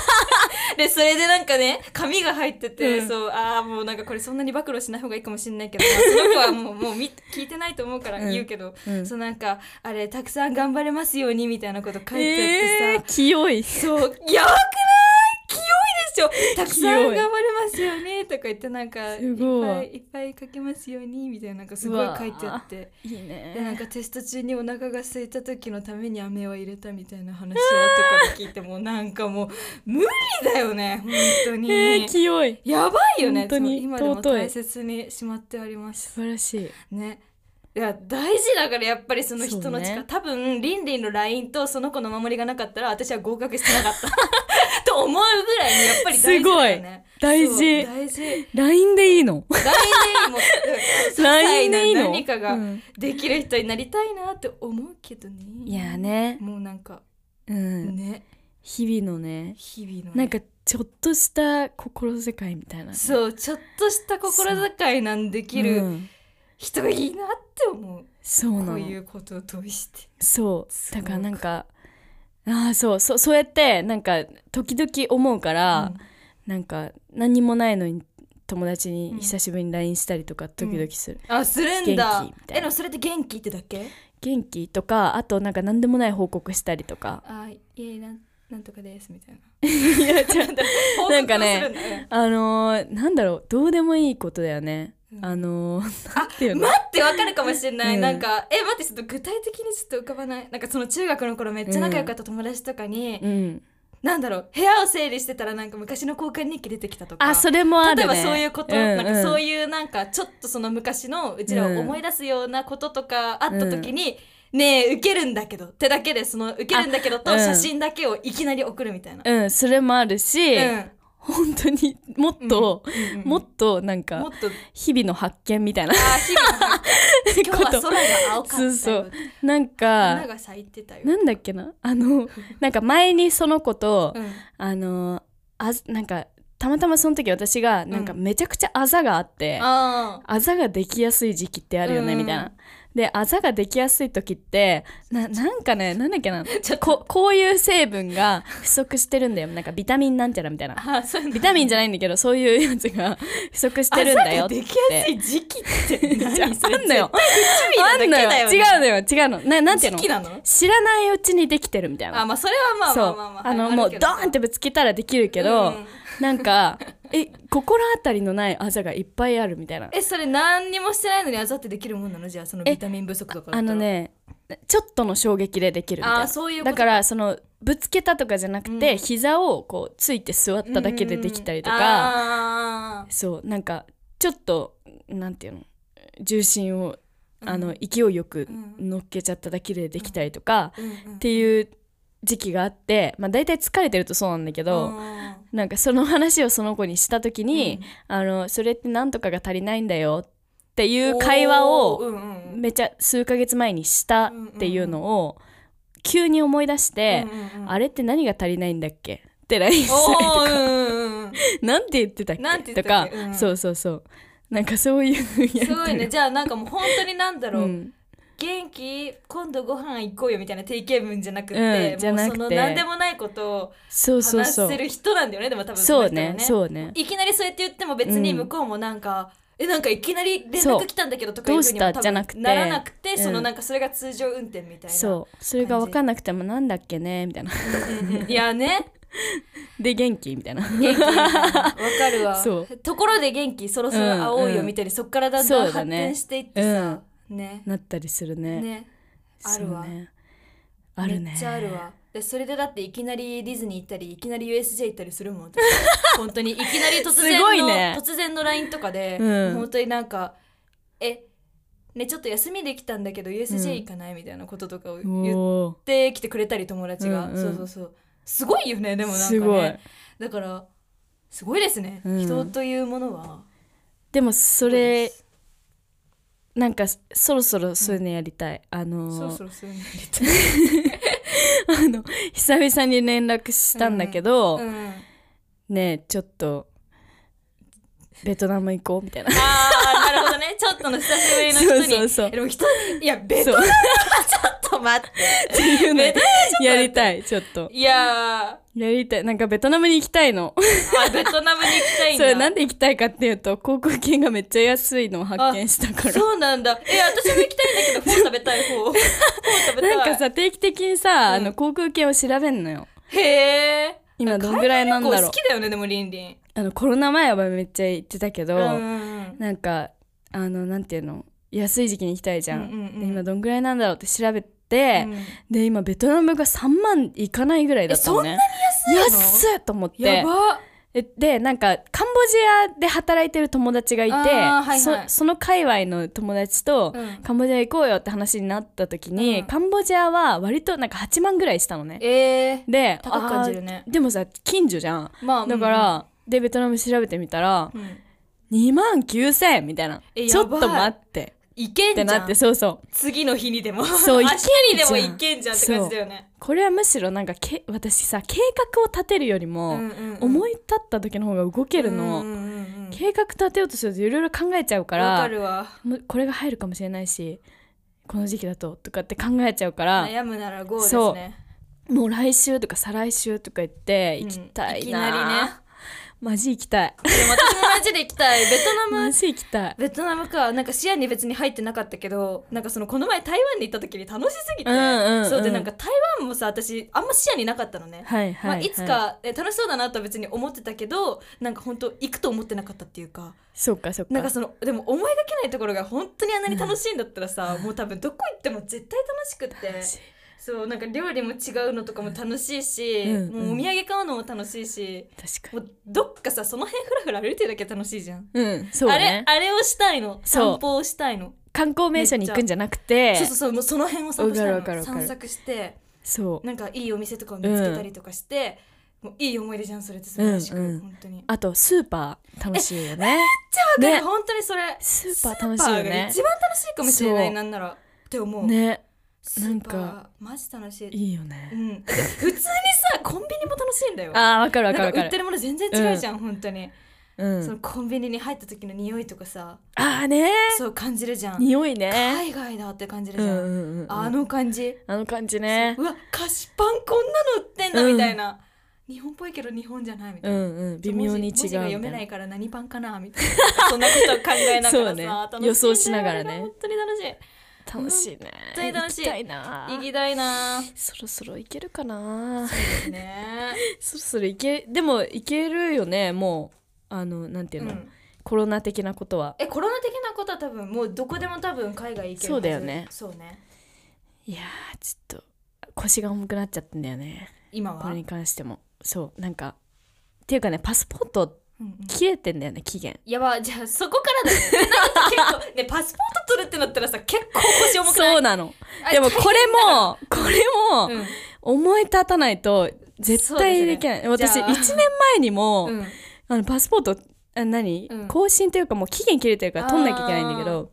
Speaker 2: でそれでなんかね紙が入ってて、
Speaker 1: うん
Speaker 2: そうああもうなんかこれそんなに暴露しない方がいいかもしれないけど、まあその子は もうもうみ聞いてないと思うから
Speaker 1: うん
Speaker 2: 言うけど、
Speaker 1: うん
Speaker 2: そうなんかあれたくさん頑張れますようにみたいなこと書いてあ
Speaker 1: え
Speaker 2: って
Speaker 1: ー清い
Speaker 2: さ、そうやばくない清いでし ょたくさん
Speaker 1: 清
Speaker 2: 頑張
Speaker 1: い
Speaker 2: れますよねとか言ってなんかい
Speaker 1: す
Speaker 2: っ
Speaker 1: ご
Speaker 2: ぱ
Speaker 1: い
Speaker 2: いいっぱい書けますようにみたいななんかすごい書いてあって。
Speaker 1: いい
Speaker 2: でなん
Speaker 1: ね
Speaker 2: かテスト中にお腹が空いた時のために飴を入れたみたいな話をとかで聞いてもうなんかもう無理だよね本当に、
Speaker 1: えー清い
Speaker 2: やばいよね
Speaker 1: 本当に
Speaker 2: そう今でも
Speaker 1: 尊い
Speaker 2: 大切にしまってあります
Speaker 1: 素晴らしい
Speaker 2: ねいや大事だからやっぱりその人の
Speaker 1: そう
Speaker 2: 力、
Speaker 1: ね
Speaker 2: 多分りんりんの LINE とその子の守りがなかったら私は合格してなかった と思うぐらいにやっぱり大事だよね
Speaker 1: すごい大事
Speaker 2: そう大事
Speaker 1: LINE でいいの
Speaker 2: 大事にも
Speaker 1: LINE でいいの
Speaker 2: 何かが
Speaker 1: うん
Speaker 2: できる人になりたいなって思うけどね
Speaker 1: いやーね
Speaker 2: もうなんか
Speaker 1: うん
Speaker 2: ね
Speaker 1: 日々のね
Speaker 2: 日々のね
Speaker 1: なんかちょっとした心遣いみたいな
Speaker 2: そうちょっとした心遣いなんでき
Speaker 1: う
Speaker 2: る
Speaker 1: ん
Speaker 2: 人がいいなって思う、
Speaker 1: そうな
Speaker 2: こう
Speaker 1: の
Speaker 2: いうことを通して
Speaker 1: そう
Speaker 2: す
Speaker 1: だ
Speaker 2: ごく
Speaker 1: からなんかああそうそうそうやってなんか時々思うから、なんか何もないのに友達に
Speaker 2: うん
Speaker 1: 久しぶりに LINE したりとか時々する、
Speaker 2: うんあするんだ
Speaker 1: 元気みたいな
Speaker 2: えでもそれって元気ってだけ
Speaker 1: 元気とかあとなんか何でもない報告したりとか
Speaker 2: あいえなんなんとかです みたいな
Speaker 1: いやちょっとなんかね
Speaker 2: 報告をするだね
Speaker 1: あのー、なんだろうどうでもいいことだよね、
Speaker 2: うん
Speaker 1: あの ー、なんていうの
Speaker 2: 待ってわかるかもしれない、
Speaker 1: うん
Speaker 2: なんかえ待ってちょっと具体的にちょっと浮かばないなんかその中学の頃めっちゃ仲良かった友達とかに、
Speaker 1: うん
Speaker 2: なんだろう部屋を整理してたらなんか昔の交換日記出てきたとか
Speaker 1: あそれもある
Speaker 2: 例
Speaker 1: ね
Speaker 2: えばそういうこと、
Speaker 1: ん
Speaker 2: なんかそういうなんかちょっとその昔のうちらを思い出すようなこととかあった時に、ねえ受けるんだけどってだけでその受けるんだけどと
Speaker 1: あうん
Speaker 2: 写真だけをいきなり送るみたいな。
Speaker 1: うん、うん、それもあるし、
Speaker 2: うん
Speaker 1: 本当にもっと、
Speaker 2: うん
Speaker 1: もっとなん
Speaker 2: も
Speaker 1: か
Speaker 2: っと
Speaker 1: 日々の発見みたいな
Speaker 2: あー日々今日
Speaker 1: こ
Speaker 2: は空
Speaker 1: と
Speaker 2: が青かったよ
Speaker 1: そうなん
Speaker 2: 花
Speaker 1: か
Speaker 2: が咲いてたよ。
Speaker 1: なんだっけなあ のなんか前にその子と、
Speaker 2: うん
Speaker 1: あのあずなんかたまたまその時私がなんか
Speaker 2: う
Speaker 1: めちゃくちゃあざがあって、
Speaker 2: あ
Speaker 1: あざができやすい時期ってあるよね、
Speaker 2: うん
Speaker 1: みたいな。であざができやすい時ってななんかねなんだっけな
Speaker 2: ちょっと
Speaker 1: ここういう成分が不足してるんだよなんかビタミンなんちゃらみたいな
Speaker 2: ーあーそういうの
Speaker 1: ビタミンじゃないんだけどそういうやつ が不足してるんだよ
Speaker 2: 朝が
Speaker 1: って
Speaker 2: できやすい時期っ て
Speaker 1: じゃあ
Speaker 2: 何
Speaker 1: あんのよあ
Speaker 2: それ
Speaker 1: ん
Speaker 2: 絶
Speaker 1: のよ
Speaker 2: 対趣味なだけだよね
Speaker 1: 違うのよ違うのななんていうの
Speaker 2: 時期なの
Speaker 1: 知らないうちにできてるみたいな
Speaker 2: あまあそれはまあま
Speaker 1: そ
Speaker 2: あ
Speaker 1: う
Speaker 2: まあまあ
Speaker 1: あの
Speaker 2: る
Speaker 1: もう
Speaker 2: け
Speaker 1: ド
Speaker 2: ど
Speaker 1: ーンってぶつけたらできるけど、
Speaker 2: うん
Speaker 1: なん かえ心当たりのないあざがいっぱいあるみたいな
Speaker 2: えそれ何にもしてないのにあざってできるもんなのじゃあその
Speaker 1: え
Speaker 2: ビタミン不足とかだ
Speaker 1: あ
Speaker 2: ったら
Speaker 1: のねちょっとの衝撃でできるみたいな
Speaker 2: あーそういうこと
Speaker 1: だからそのぶつけたとかじゃなくて、
Speaker 2: うん
Speaker 1: 膝をこうついて座っ
Speaker 2: うん
Speaker 1: ただけでできたりとか、
Speaker 2: あー
Speaker 1: そうなんかちょっとなんていうの重心を
Speaker 2: うん
Speaker 1: あの勢いよく
Speaker 2: うん
Speaker 1: 乗っけちゃっただけでできたりとか、
Speaker 2: うんうん
Speaker 1: っていう時期があってまあ大体疲れてるとそうなんだけど、
Speaker 2: あ
Speaker 1: なんかその話をその子にした時
Speaker 2: ー
Speaker 1: に、あのそれって何とかが足りないんだよって
Speaker 2: うん
Speaker 1: いう会話
Speaker 2: お
Speaker 1: を
Speaker 2: ーうんうん
Speaker 1: めちゃ数ヶ月前にしたっていうのを急に思い出して、
Speaker 2: うんうんうん
Speaker 1: あれって何が足りないんだっけって LINE したりと
Speaker 2: お
Speaker 1: か
Speaker 2: ーうんうんうん
Speaker 1: なんて言ってたっけ
Speaker 2: なんて言って
Speaker 1: と
Speaker 2: たっ
Speaker 1: か
Speaker 2: け、うん
Speaker 1: そうそうそうなんかそういうふうにや
Speaker 2: すごいねじゃあなんかもう本当になんだろう、
Speaker 1: うん
Speaker 2: 元気今度ご飯行こうよみたいな定型文じゃなくて、
Speaker 1: うんじゃなくて
Speaker 2: もうその何でもないことを
Speaker 1: そうそう
Speaker 2: 話
Speaker 1: そう
Speaker 2: せる人なんだよねでも多分
Speaker 1: そう
Speaker 2: の人は
Speaker 1: ねそうね
Speaker 2: いきなりそうやって言っても別に
Speaker 1: うん
Speaker 2: 向こうもなんか、えなんかいきなり連
Speaker 1: そう
Speaker 2: 絡来たんだけどとかいうふうに
Speaker 1: ど
Speaker 2: も
Speaker 1: うした
Speaker 2: 多
Speaker 1: じゃなくて
Speaker 2: 分ならなくて
Speaker 1: うん
Speaker 2: そのなんかそれが通常運転みたいな
Speaker 1: そうそれが分かんなくてもなんだっけねみたいな
Speaker 2: うんうんいやね
Speaker 1: で元気みたいな
Speaker 2: 元気わかるわ
Speaker 1: そう
Speaker 2: ところで元気そろそろ会おうよみたいにそっからだん
Speaker 1: そ
Speaker 2: だ
Speaker 1: うんだ
Speaker 2: 発
Speaker 1: ね
Speaker 2: 展していってさ、ね
Speaker 1: なったりするね
Speaker 2: ねあるわ
Speaker 1: そうねあるね
Speaker 2: めっちゃあるわでそれでだっていきなりディズニー行ったりいきなり USJ 行ったりするもん本当にいきなり突然
Speaker 1: すごい
Speaker 2: の、
Speaker 1: ね
Speaker 2: 突然の LINE とかで、
Speaker 1: うん
Speaker 2: 本当になんか「えねちょっと休みできたんだけど USJ 行かない?」みたいなこととかを言っ
Speaker 1: おー
Speaker 2: てきてくれたり友達が、
Speaker 1: うんうん
Speaker 2: そうそうそうすごいよねでもなんか
Speaker 1: すごい
Speaker 2: ねだからすごいですね、
Speaker 1: うん
Speaker 2: 人というものは
Speaker 1: でもそ
Speaker 2: そ
Speaker 1: れなんかそろそろそういうのやりたい、あの
Speaker 2: そろそろそういうのやりた い
Speaker 1: あの久々に連絡したんだけど、
Speaker 2: うん
Speaker 1: ねえちょっとベトナム行こうみたいな
Speaker 2: ああなるほどねちょっとの久しぶりの人に
Speaker 1: そうそうそう
Speaker 2: でも人いや ベト
Speaker 1: そう
Speaker 2: ナム
Speaker 1: っ
Speaker 2: ちょっと待って
Speaker 1: ていうね
Speaker 2: ベト
Speaker 1: やりたいちょっと
Speaker 2: いや
Speaker 1: やりたいなんかベトナムに行きたいの
Speaker 2: ーあベトナムに行きたいん
Speaker 1: そ
Speaker 2: だ
Speaker 1: れなんで行きたいかっていうと航空券がめっちゃ安いのを発見したから
Speaker 2: そうなんだえ私も行きたいん だけどフォー食べたいフォーフォー食べたい
Speaker 1: なんかさ定期的にさ、
Speaker 2: うん
Speaker 1: あの航空券を調べんのよ
Speaker 2: へえ
Speaker 1: 今どんぐらいなんだろう
Speaker 2: 好きだよねでもリンリン
Speaker 1: あのコロナ前はめっちゃ行ってたけど、
Speaker 2: うん
Speaker 1: なんかあのなんていうの安い時期に行きたいじゃん,、
Speaker 2: うんうんうん
Speaker 1: で今どんぐらいなんだろうって調べて、
Speaker 2: うん
Speaker 1: で今ベトナムが3万いかないぐらいだったのね
Speaker 2: えそんなに安いの
Speaker 1: 安いと思って
Speaker 2: やば
Speaker 1: えでなんかカンボジアで働いてる友達がいて、
Speaker 2: あーはいはい
Speaker 1: そその界隈の友達と、
Speaker 2: うん
Speaker 1: カンボジア行こうよって話になった時に、
Speaker 2: うん
Speaker 1: カンボジアは割となんか8万ぐらいしたのね
Speaker 2: えー
Speaker 1: で
Speaker 2: 高く感じるね
Speaker 1: あーでもさ近所じゃん
Speaker 2: まあ
Speaker 1: だから、でベトナム調べてみたら
Speaker 2: うんうん
Speaker 1: 2万9000円みたいな
Speaker 2: え
Speaker 1: ちょっと
Speaker 2: やばい
Speaker 1: 待って
Speaker 2: 行け
Speaker 1: っ
Speaker 2: んじ
Speaker 1: てな
Speaker 2: ゃ
Speaker 1: っ
Speaker 2: ん
Speaker 1: てそうそう
Speaker 2: 次の日にでも
Speaker 1: そう
Speaker 2: 明
Speaker 1: 行
Speaker 2: 日
Speaker 1: けんじゃん
Speaker 2: にでも行けんじゃんって感じだよね
Speaker 1: これはむしろなんかけ私さ計画を立てるよりも、思
Speaker 2: い
Speaker 1: い立った時の方が動けるの、計画立てようとするといろいろ考えちゃうか
Speaker 2: わ
Speaker 1: ら
Speaker 2: かるわ
Speaker 1: もうこれが入るかもしれないしこの時期だととかって考えちゃうから
Speaker 2: 悩むなら GO です
Speaker 1: そう
Speaker 2: ね
Speaker 1: もう来週とか再来週とか言って
Speaker 2: うん
Speaker 1: 行きたい
Speaker 2: き
Speaker 1: な、
Speaker 2: なりね
Speaker 1: マジ行きたい
Speaker 2: でも私もマジで行き たいベトナム
Speaker 1: マジ行きたい
Speaker 2: ベトナムかなんか視野に別に入ってなかったけどなんかそのこの前台湾に行った時に楽しすぎて、
Speaker 1: うんうんうん
Speaker 2: そうでなんか台湾もさ私あんま視野になかったのね、
Speaker 1: はい
Speaker 2: ま
Speaker 1: はい、
Speaker 2: あ、いつ
Speaker 1: はい
Speaker 2: かえ楽しそうだなとは別に思ってたけどなんか本当行くと思ってなかったっていうか
Speaker 1: そうかそうか
Speaker 2: なんかそのでも思いがけないところが本当にあんなに楽しいんだったらさ、もう多分どこ行っても絶対楽しくって
Speaker 1: 楽しい
Speaker 2: そうなんか料理も違うのとかも楽しいし、
Speaker 1: うん
Speaker 2: もうお土産買うのも楽しいし、
Speaker 1: 確か
Speaker 2: も
Speaker 1: に
Speaker 2: うどっかさその辺ふらふら歩いてるだけで楽しいじゃん。
Speaker 1: うんそうね
Speaker 2: あれあれをしたいの
Speaker 1: そう
Speaker 2: 散歩をしたいの
Speaker 1: 観光名所に行くんじゃなくて
Speaker 2: そうそうそうもうその辺を散歩したい
Speaker 1: わかる
Speaker 2: の
Speaker 1: わかるわか
Speaker 2: 散
Speaker 1: る
Speaker 2: 策して
Speaker 1: そう
Speaker 2: なんかいいお店とかを見つけたりとかして、もういい思い出じゃんそれって素晴らしく、
Speaker 1: うんうん
Speaker 2: 本当に
Speaker 1: あとスーパー楽しいよね
Speaker 2: だから
Speaker 1: ね
Speaker 2: 本当にそれ
Speaker 1: スーパー楽しいよね
Speaker 2: スーパーが一番楽しいかもしれな
Speaker 1: そ
Speaker 2: いうなんならって思う、
Speaker 1: ね
Speaker 2: スーパー
Speaker 1: なん
Speaker 2: マジ楽しい
Speaker 1: いいよ
Speaker 2: う
Speaker 1: ね
Speaker 2: ん、普通にさコンビニも楽しいんだよ
Speaker 1: あーわかるわか
Speaker 2: なん
Speaker 1: る
Speaker 2: か
Speaker 1: わか
Speaker 2: 売って
Speaker 1: る
Speaker 2: るもの全然違うじゃん、本当に、
Speaker 1: うん
Speaker 2: そのコンビニに入った時の匂いとかさ
Speaker 1: ああね
Speaker 2: そう感じるじゃん
Speaker 1: 匂いね
Speaker 2: 海外だって感じる
Speaker 1: う
Speaker 2: じ
Speaker 1: ん
Speaker 2: ゃ、
Speaker 1: うんんうん
Speaker 2: あの感じ
Speaker 1: あの感じね
Speaker 2: うわ菓子パンこんなの売ってんだ
Speaker 1: うん
Speaker 2: みたいな、日本っぽいけど日本じゃないみた
Speaker 1: う
Speaker 2: いな、
Speaker 1: んうん微妙に違う
Speaker 2: 文字文字が読
Speaker 1: みた
Speaker 2: め
Speaker 1: いな
Speaker 2: ないから何パンかなみたいなそんなことを考え なが
Speaker 1: そ
Speaker 2: ら
Speaker 1: う
Speaker 2: さ、
Speaker 1: ね
Speaker 2: 楽しいんだよ
Speaker 1: 予想しながらね
Speaker 2: あれが本当に楽し
Speaker 1: 楽しいね
Speaker 2: 当に楽しい
Speaker 1: 行きたいない
Speaker 2: 行きた いな
Speaker 1: そろそろ行けるかな
Speaker 2: ぁね
Speaker 1: そろそろ行けでも行けるよねもうあのなんていう
Speaker 2: う
Speaker 1: の
Speaker 2: ん
Speaker 1: コロナ的なことは
Speaker 2: えコロナ的なことは多分もうどこでも多分海外行けるはず
Speaker 1: そうだよね
Speaker 2: そうね
Speaker 1: いやーちょっと腰が重くなっちゃったんだよね
Speaker 2: 今は
Speaker 1: これに関してもそうなんかっていうかねパスポート
Speaker 2: うんうん
Speaker 1: 切れてんだよね期限
Speaker 2: やばじゃあそこからだよね なんか結構ねパスポート取るってなったらさ結構腰重くない
Speaker 1: そうなの
Speaker 2: あ
Speaker 1: でもこれもこれも、
Speaker 2: うん
Speaker 1: 思い立たないと絶対できない、
Speaker 2: そうです
Speaker 1: 私
Speaker 2: ね
Speaker 1: 1年前にも、
Speaker 2: うん
Speaker 1: あのパスポートあ何、
Speaker 2: うん
Speaker 1: 更新というかもう期限切れてるから取んなきゃいけないんだけど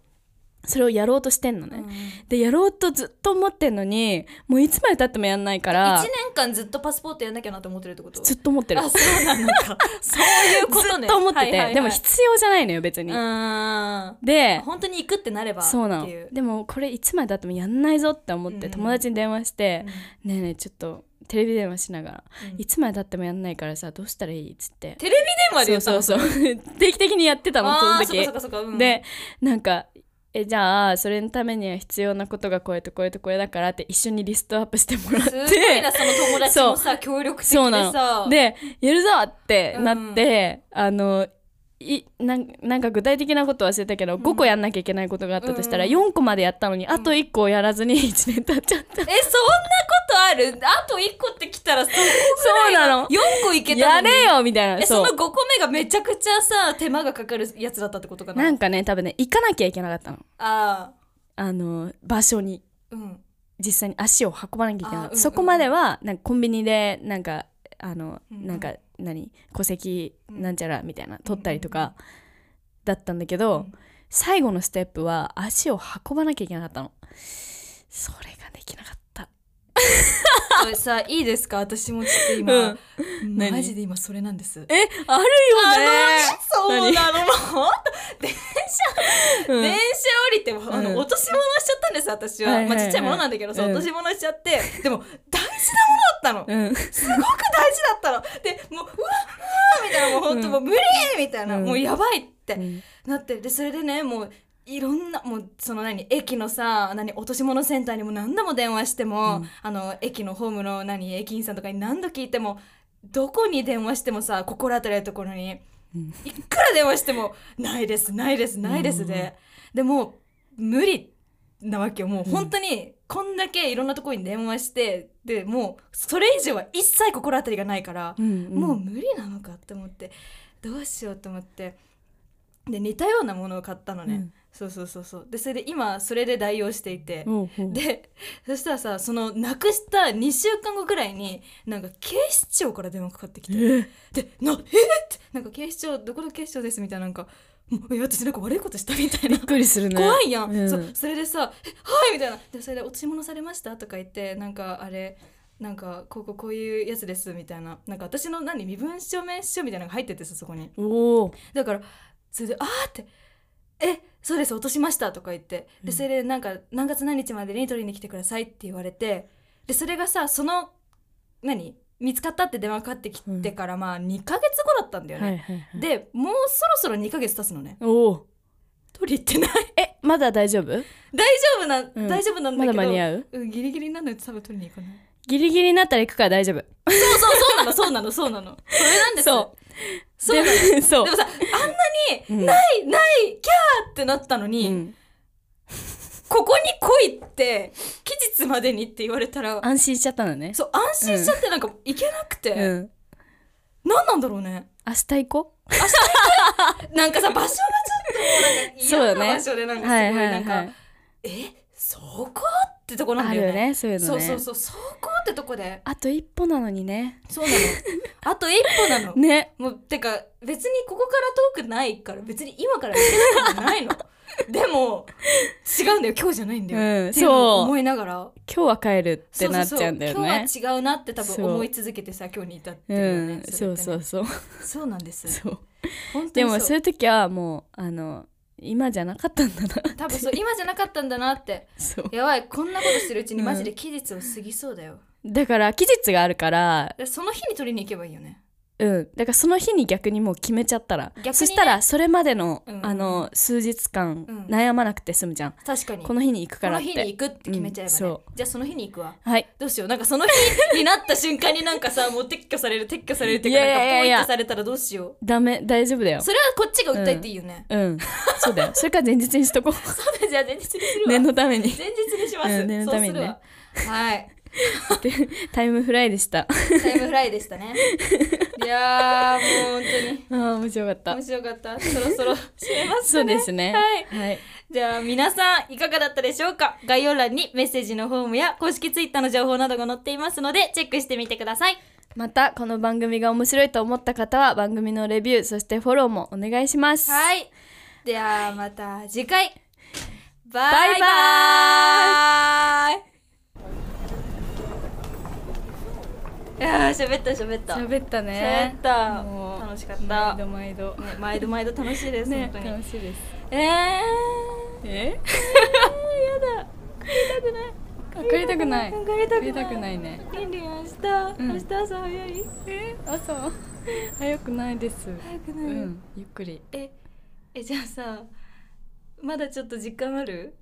Speaker 1: それをやろうとしてんのね、でやろうとずっと思ってんのにもういつまでたってもやんないから
Speaker 2: 1年間ずっとパスポートやんなきゃなって思ってるってこと
Speaker 1: ずっと思ってる
Speaker 2: あそうなのか そういうこと
Speaker 1: ず
Speaker 2: ね
Speaker 1: っと思ってて、
Speaker 2: はいはいはい
Speaker 1: でも必要じゃないのよ別に、
Speaker 2: うん
Speaker 1: で
Speaker 2: 本当に行くってなればっていう
Speaker 1: そうなのでもこれいつまでたってもやんないぞって思って
Speaker 2: うん
Speaker 1: 友達に電話して
Speaker 2: う
Speaker 1: 「
Speaker 2: ん
Speaker 1: ねえねえちょっとテレビ電話しながら
Speaker 2: うん
Speaker 1: いつまでたってもやんないからさどうしたらいい?」っつって
Speaker 2: テレビ電話で
Speaker 1: そう
Speaker 2: 言った
Speaker 1: そ
Speaker 2: の
Speaker 1: うそう 定期的にやってたのその
Speaker 2: あー
Speaker 1: 時
Speaker 2: そっかそっかそっかうん
Speaker 1: でなんかえじゃあそれのためには必要なことがこれとこれとこれだからって一緒にリストアップしてもらっ
Speaker 2: すごいな
Speaker 1: て
Speaker 2: その友達もさ協力的で
Speaker 1: そうな
Speaker 2: さ
Speaker 1: でやるぞってなって、あのいなんなんか具体的なこと忘れたけど5個やんなきゃいけないことがあったとしたら
Speaker 2: うん
Speaker 1: 4個までやったのにあと1個やらずに1年 経っちゃった
Speaker 2: えそんなことあるあと1個ってきたらそこ
Speaker 1: そうなの
Speaker 2: 4個いけたの
Speaker 1: や
Speaker 2: に
Speaker 1: れよみたい
Speaker 2: え
Speaker 1: な
Speaker 2: そ
Speaker 1: そ
Speaker 2: の
Speaker 1: う
Speaker 2: 5個目がめちゃくちゃさ手間がかかるやつだったってことかな
Speaker 1: なんかね多分ね行かなきゃいけなかったの
Speaker 2: あ
Speaker 1: あの場所に
Speaker 2: ーうん
Speaker 1: 実際に足を運ばなきゃいけない、
Speaker 2: あうん
Speaker 1: そこまではなんかコンビニでなんかあの、
Speaker 2: うん
Speaker 1: なんか何戸籍
Speaker 2: うん
Speaker 1: なんちゃらみたいな取ったりとかだったんだけど、
Speaker 2: うん
Speaker 1: 最後のステップは足を運ばなきゃいけなかったのそれができなかった
Speaker 2: これさいいですか私もちょっと
Speaker 1: うん
Speaker 2: 今、
Speaker 1: 何
Speaker 2: マジで今それなんです
Speaker 1: えある
Speaker 2: あのそ
Speaker 1: よ
Speaker 2: うなのもう 電車降りても、あ
Speaker 1: うん
Speaker 2: の落とし物しちゃったんです私は、
Speaker 1: はいはいはい
Speaker 2: まあ、ちっちゃいものなんだけどさ、
Speaker 1: うん
Speaker 2: 落とし物しちゃってでも大事なものだったの、
Speaker 1: うん、うん、
Speaker 2: すごく大事だったのでもううわうわみたいなもう本
Speaker 1: う
Speaker 2: 当
Speaker 1: ん
Speaker 2: もう無理みたいな、
Speaker 1: うん
Speaker 2: もうやばいって、
Speaker 1: うん
Speaker 2: なってでそれでねもういろんなもうその何駅のさ何落とし物センターにも何度も電話しても、
Speaker 1: うん
Speaker 2: あの駅のホームの何駅員さんとかに何度聞いてもどこに電話してもさ心当たりのところに
Speaker 1: うん
Speaker 2: いくら電話しても「ないですないですないですで」でもう無理なわけよもう本当にこんだけいろんなところに電話してでもうそれ以上は一切心当たりがないから、
Speaker 1: うん
Speaker 2: もう無理なのかって思ってどうしようと思ってで似たようなものを買ったのね、
Speaker 1: うん
Speaker 2: そうそうそうそうでそれで今それで代用していて、
Speaker 1: ほうほう
Speaker 2: でそしたらさそのなくした2週間後ぐらいになんか警視庁から電話かかってきて
Speaker 1: え
Speaker 2: で「なえっ!」てなんか警視庁どこの警視庁ですみたいななんか「もうえ私なんか悪いことした」みたい
Speaker 1: び
Speaker 2: な
Speaker 1: っくりするね
Speaker 2: 怖いやん、
Speaker 1: うん
Speaker 2: そそれでさ「えはい」みたいなでそれで「落とし物されました?」とか言ってなんかあれなんかこうこうこういうやつですみたいななんか私の何身分証明書みたいなのが入っててさそこに
Speaker 1: おお
Speaker 2: だからそれで「あー」って「えそうです落としました」とか言って
Speaker 1: うん
Speaker 2: でそれでなんか何月何日までに取りに来てくださいって言われてでそれがさその何見つかったって電話かかってきてから、まあ2ヶ月後だったんだよね、
Speaker 1: はいはいはい
Speaker 2: でもうそろそろ2ヶ月経つのね
Speaker 1: おお
Speaker 2: 取り行ってない
Speaker 1: えまだ大丈夫
Speaker 2: 大丈夫な、
Speaker 1: うん
Speaker 2: 大丈夫なんだ
Speaker 1: ま
Speaker 2: け
Speaker 1: だ
Speaker 2: ど、
Speaker 1: 間に合う
Speaker 2: うんギリギリなので多分取りに行かない。
Speaker 1: ギリギリになったら行くから大丈夫
Speaker 2: そうそうそうなのそうなのそうなの。それなんです。
Speaker 1: そう
Speaker 2: そうなの。
Speaker 1: う そう
Speaker 2: でもさあんな
Speaker 1: う
Speaker 2: に
Speaker 1: ん
Speaker 2: ないないキャーってなったのに、
Speaker 1: うん
Speaker 2: ここに来いって期日までにって言われたら、
Speaker 1: 安心しちゃったのね
Speaker 2: そう安心しちゃってなんか行けなくて、
Speaker 1: うん
Speaker 2: 何なんだろうね。
Speaker 1: 明日行こ
Speaker 2: なんかさ場所がちょっともうなんか嫌な場所でなん
Speaker 1: う
Speaker 2: かすご
Speaker 1: はい
Speaker 2: い
Speaker 1: は
Speaker 2: ないん
Speaker 1: はい
Speaker 2: かえそこってとこなん
Speaker 1: あ
Speaker 2: だ
Speaker 1: る
Speaker 2: よ
Speaker 1: よ
Speaker 2: ね。
Speaker 1: ねそういうの
Speaker 2: そう
Speaker 1: ね
Speaker 2: そうそうそこってとこで
Speaker 1: あと一歩なのにね
Speaker 2: そうなの。あと一歩なの。
Speaker 1: ね
Speaker 2: もうてか別にここから遠くないから別に今から行けることな いのでも違うんだよ今日じゃないんだよ、
Speaker 1: うん
Speaker 2: っていうのを
Speaker 1: そう
Speaker 2: 思いながらっ
Speaker 1: 今日は帰るってなっちゃうんだよね
Speaker 2: 今日は違うなって多分
Speaker 1: そう
Speaker 2: 思い続けてさ今日に至って
Speaker 1: う
Speaker 2: るよね、
Speaker 1: んそう
Speaker 2: そ
Speaker 1: そ
Speaker 2: れ
Speaker 1: う
Speaker 2: ってね
Speaker 1: そう
Speaker 2: そうなんです
Speaker 1: そう
Speaker 2: 本 当
Speaker 1: で
Speaker 2: にそう
Speaker 1: もそういう時はもうあの今じゃなかったんだな
Speaker 2: 多分そう今じゃなかったんだなって
Speaker 1: そう
Speaker 2: やばいこんなことしてるうちにマジで期日を過ぎそうだよ、
Speaker 1: だから期日があるから
Speaker 2: でその日に取りに行けばいいよね
Speaker 1: うんだからその日に逆にもう決めちゃったら
Speaker 2: 逆にね
Speaker 1: そしたらそれまでの
Speaker 2: うん
Speaker 1: あの数日間
Speaker 2: うん
Speaker 1: 悩まなくて済むじゃん
Speaker 2: 確かに
Speaker 1: この日に行く
Speaker 2: こ
Speaker 1: から
Speaker 2: の
Speaker 1: っ
Speaker 2: 日に
Speaker 1: て
Speaker 2: 行くって決めちゃえばね、
Speaker 1: うんそ
Speaker 2: じゃあその日に行くわ
Speaker 1: はい
Speaker 2: どうしようなんかその日になった瞬間になんかさもう撤去される撤去されるっていう
Speaker 1: い
Speaker 2: か
Speaker 1: やい
Speaker 2: な
Speaker 1: や
Speaker 2: ん
Speaker 1: い
Speaker 2: か
Speaker 1: や
Speaker 2: ポ
Speaker 1: い
Speaker 2: イ
Speaker 1: や
Speaker 2: ントされたらどうしよ
Speaker 1: ダメ大丈夫だよ
Speaker 2: うそれはこっちが訴えていいよね、
Speaker 1: うん、そうだよ。それから前日にしとこう。
Speaker 2: そうだじゃあ前日にするわ
Speaker 1: 念のために。
Speaker 2: 前日にします、
Speaker 1: うん念のためにね
Speaker 2: そうするわはい
Speaker 1: タイムフライでした。あ
Speaker 2: タイムフライでし たねいやーもう本
Speaker 1: あ、 面白かった
Speaker 2: 当に面。白かったそ ろそろ締めます
Speaker 1: そうですね。
Speaker 2: はい
Speaker 1: はい。
Speaker 2: じゃあ皆さんいかがだったでしょうか概要欄にメッセージのフォームや公式ツイッターの情報などが載っていますのでチェックしてみてください
Speaker 1: また、この番組が面白いと思った方は、番組のレビュー、そしてフォローもお願いします。
Speaker 2: はい。ではまた次回。バイバイいやー喋った喋った
Speaker 1: 喋った
Speaker 2: 喋
Speaker 1: ね
Speaker 2: った
Speaker 1: もう
Speaker 2: 楽しかった、
Speaker 1: 毎
Speaker 2: ね、
Speaker 1: 度毎度
Speaker 2: 毎度毎度楽しいです、
Speaker 1: ね
Speaker 2: 本当に
Speaker 1: 楽しいです
Speaker 2: え
Speaker 1: え
Speaker 2: ー、やだ帰りたくない
Speaker 1: 帰りたくない
Speaker 2: 帰
Speaker 1: 帰り
Speaker 2: りたくない
Speaker 1: たくないね
Speaker 2: リンリン明日、
Speaker 1: うん
Speaker 2: 明日朝早い
Speaker 1: え朝早くないです
Speaker 2: 早く
Speaker 1: う
Speaker 2: ない、
Speaker 1: んゆっくり
Speaker 2: ええじゃあさまだちょっと時間ある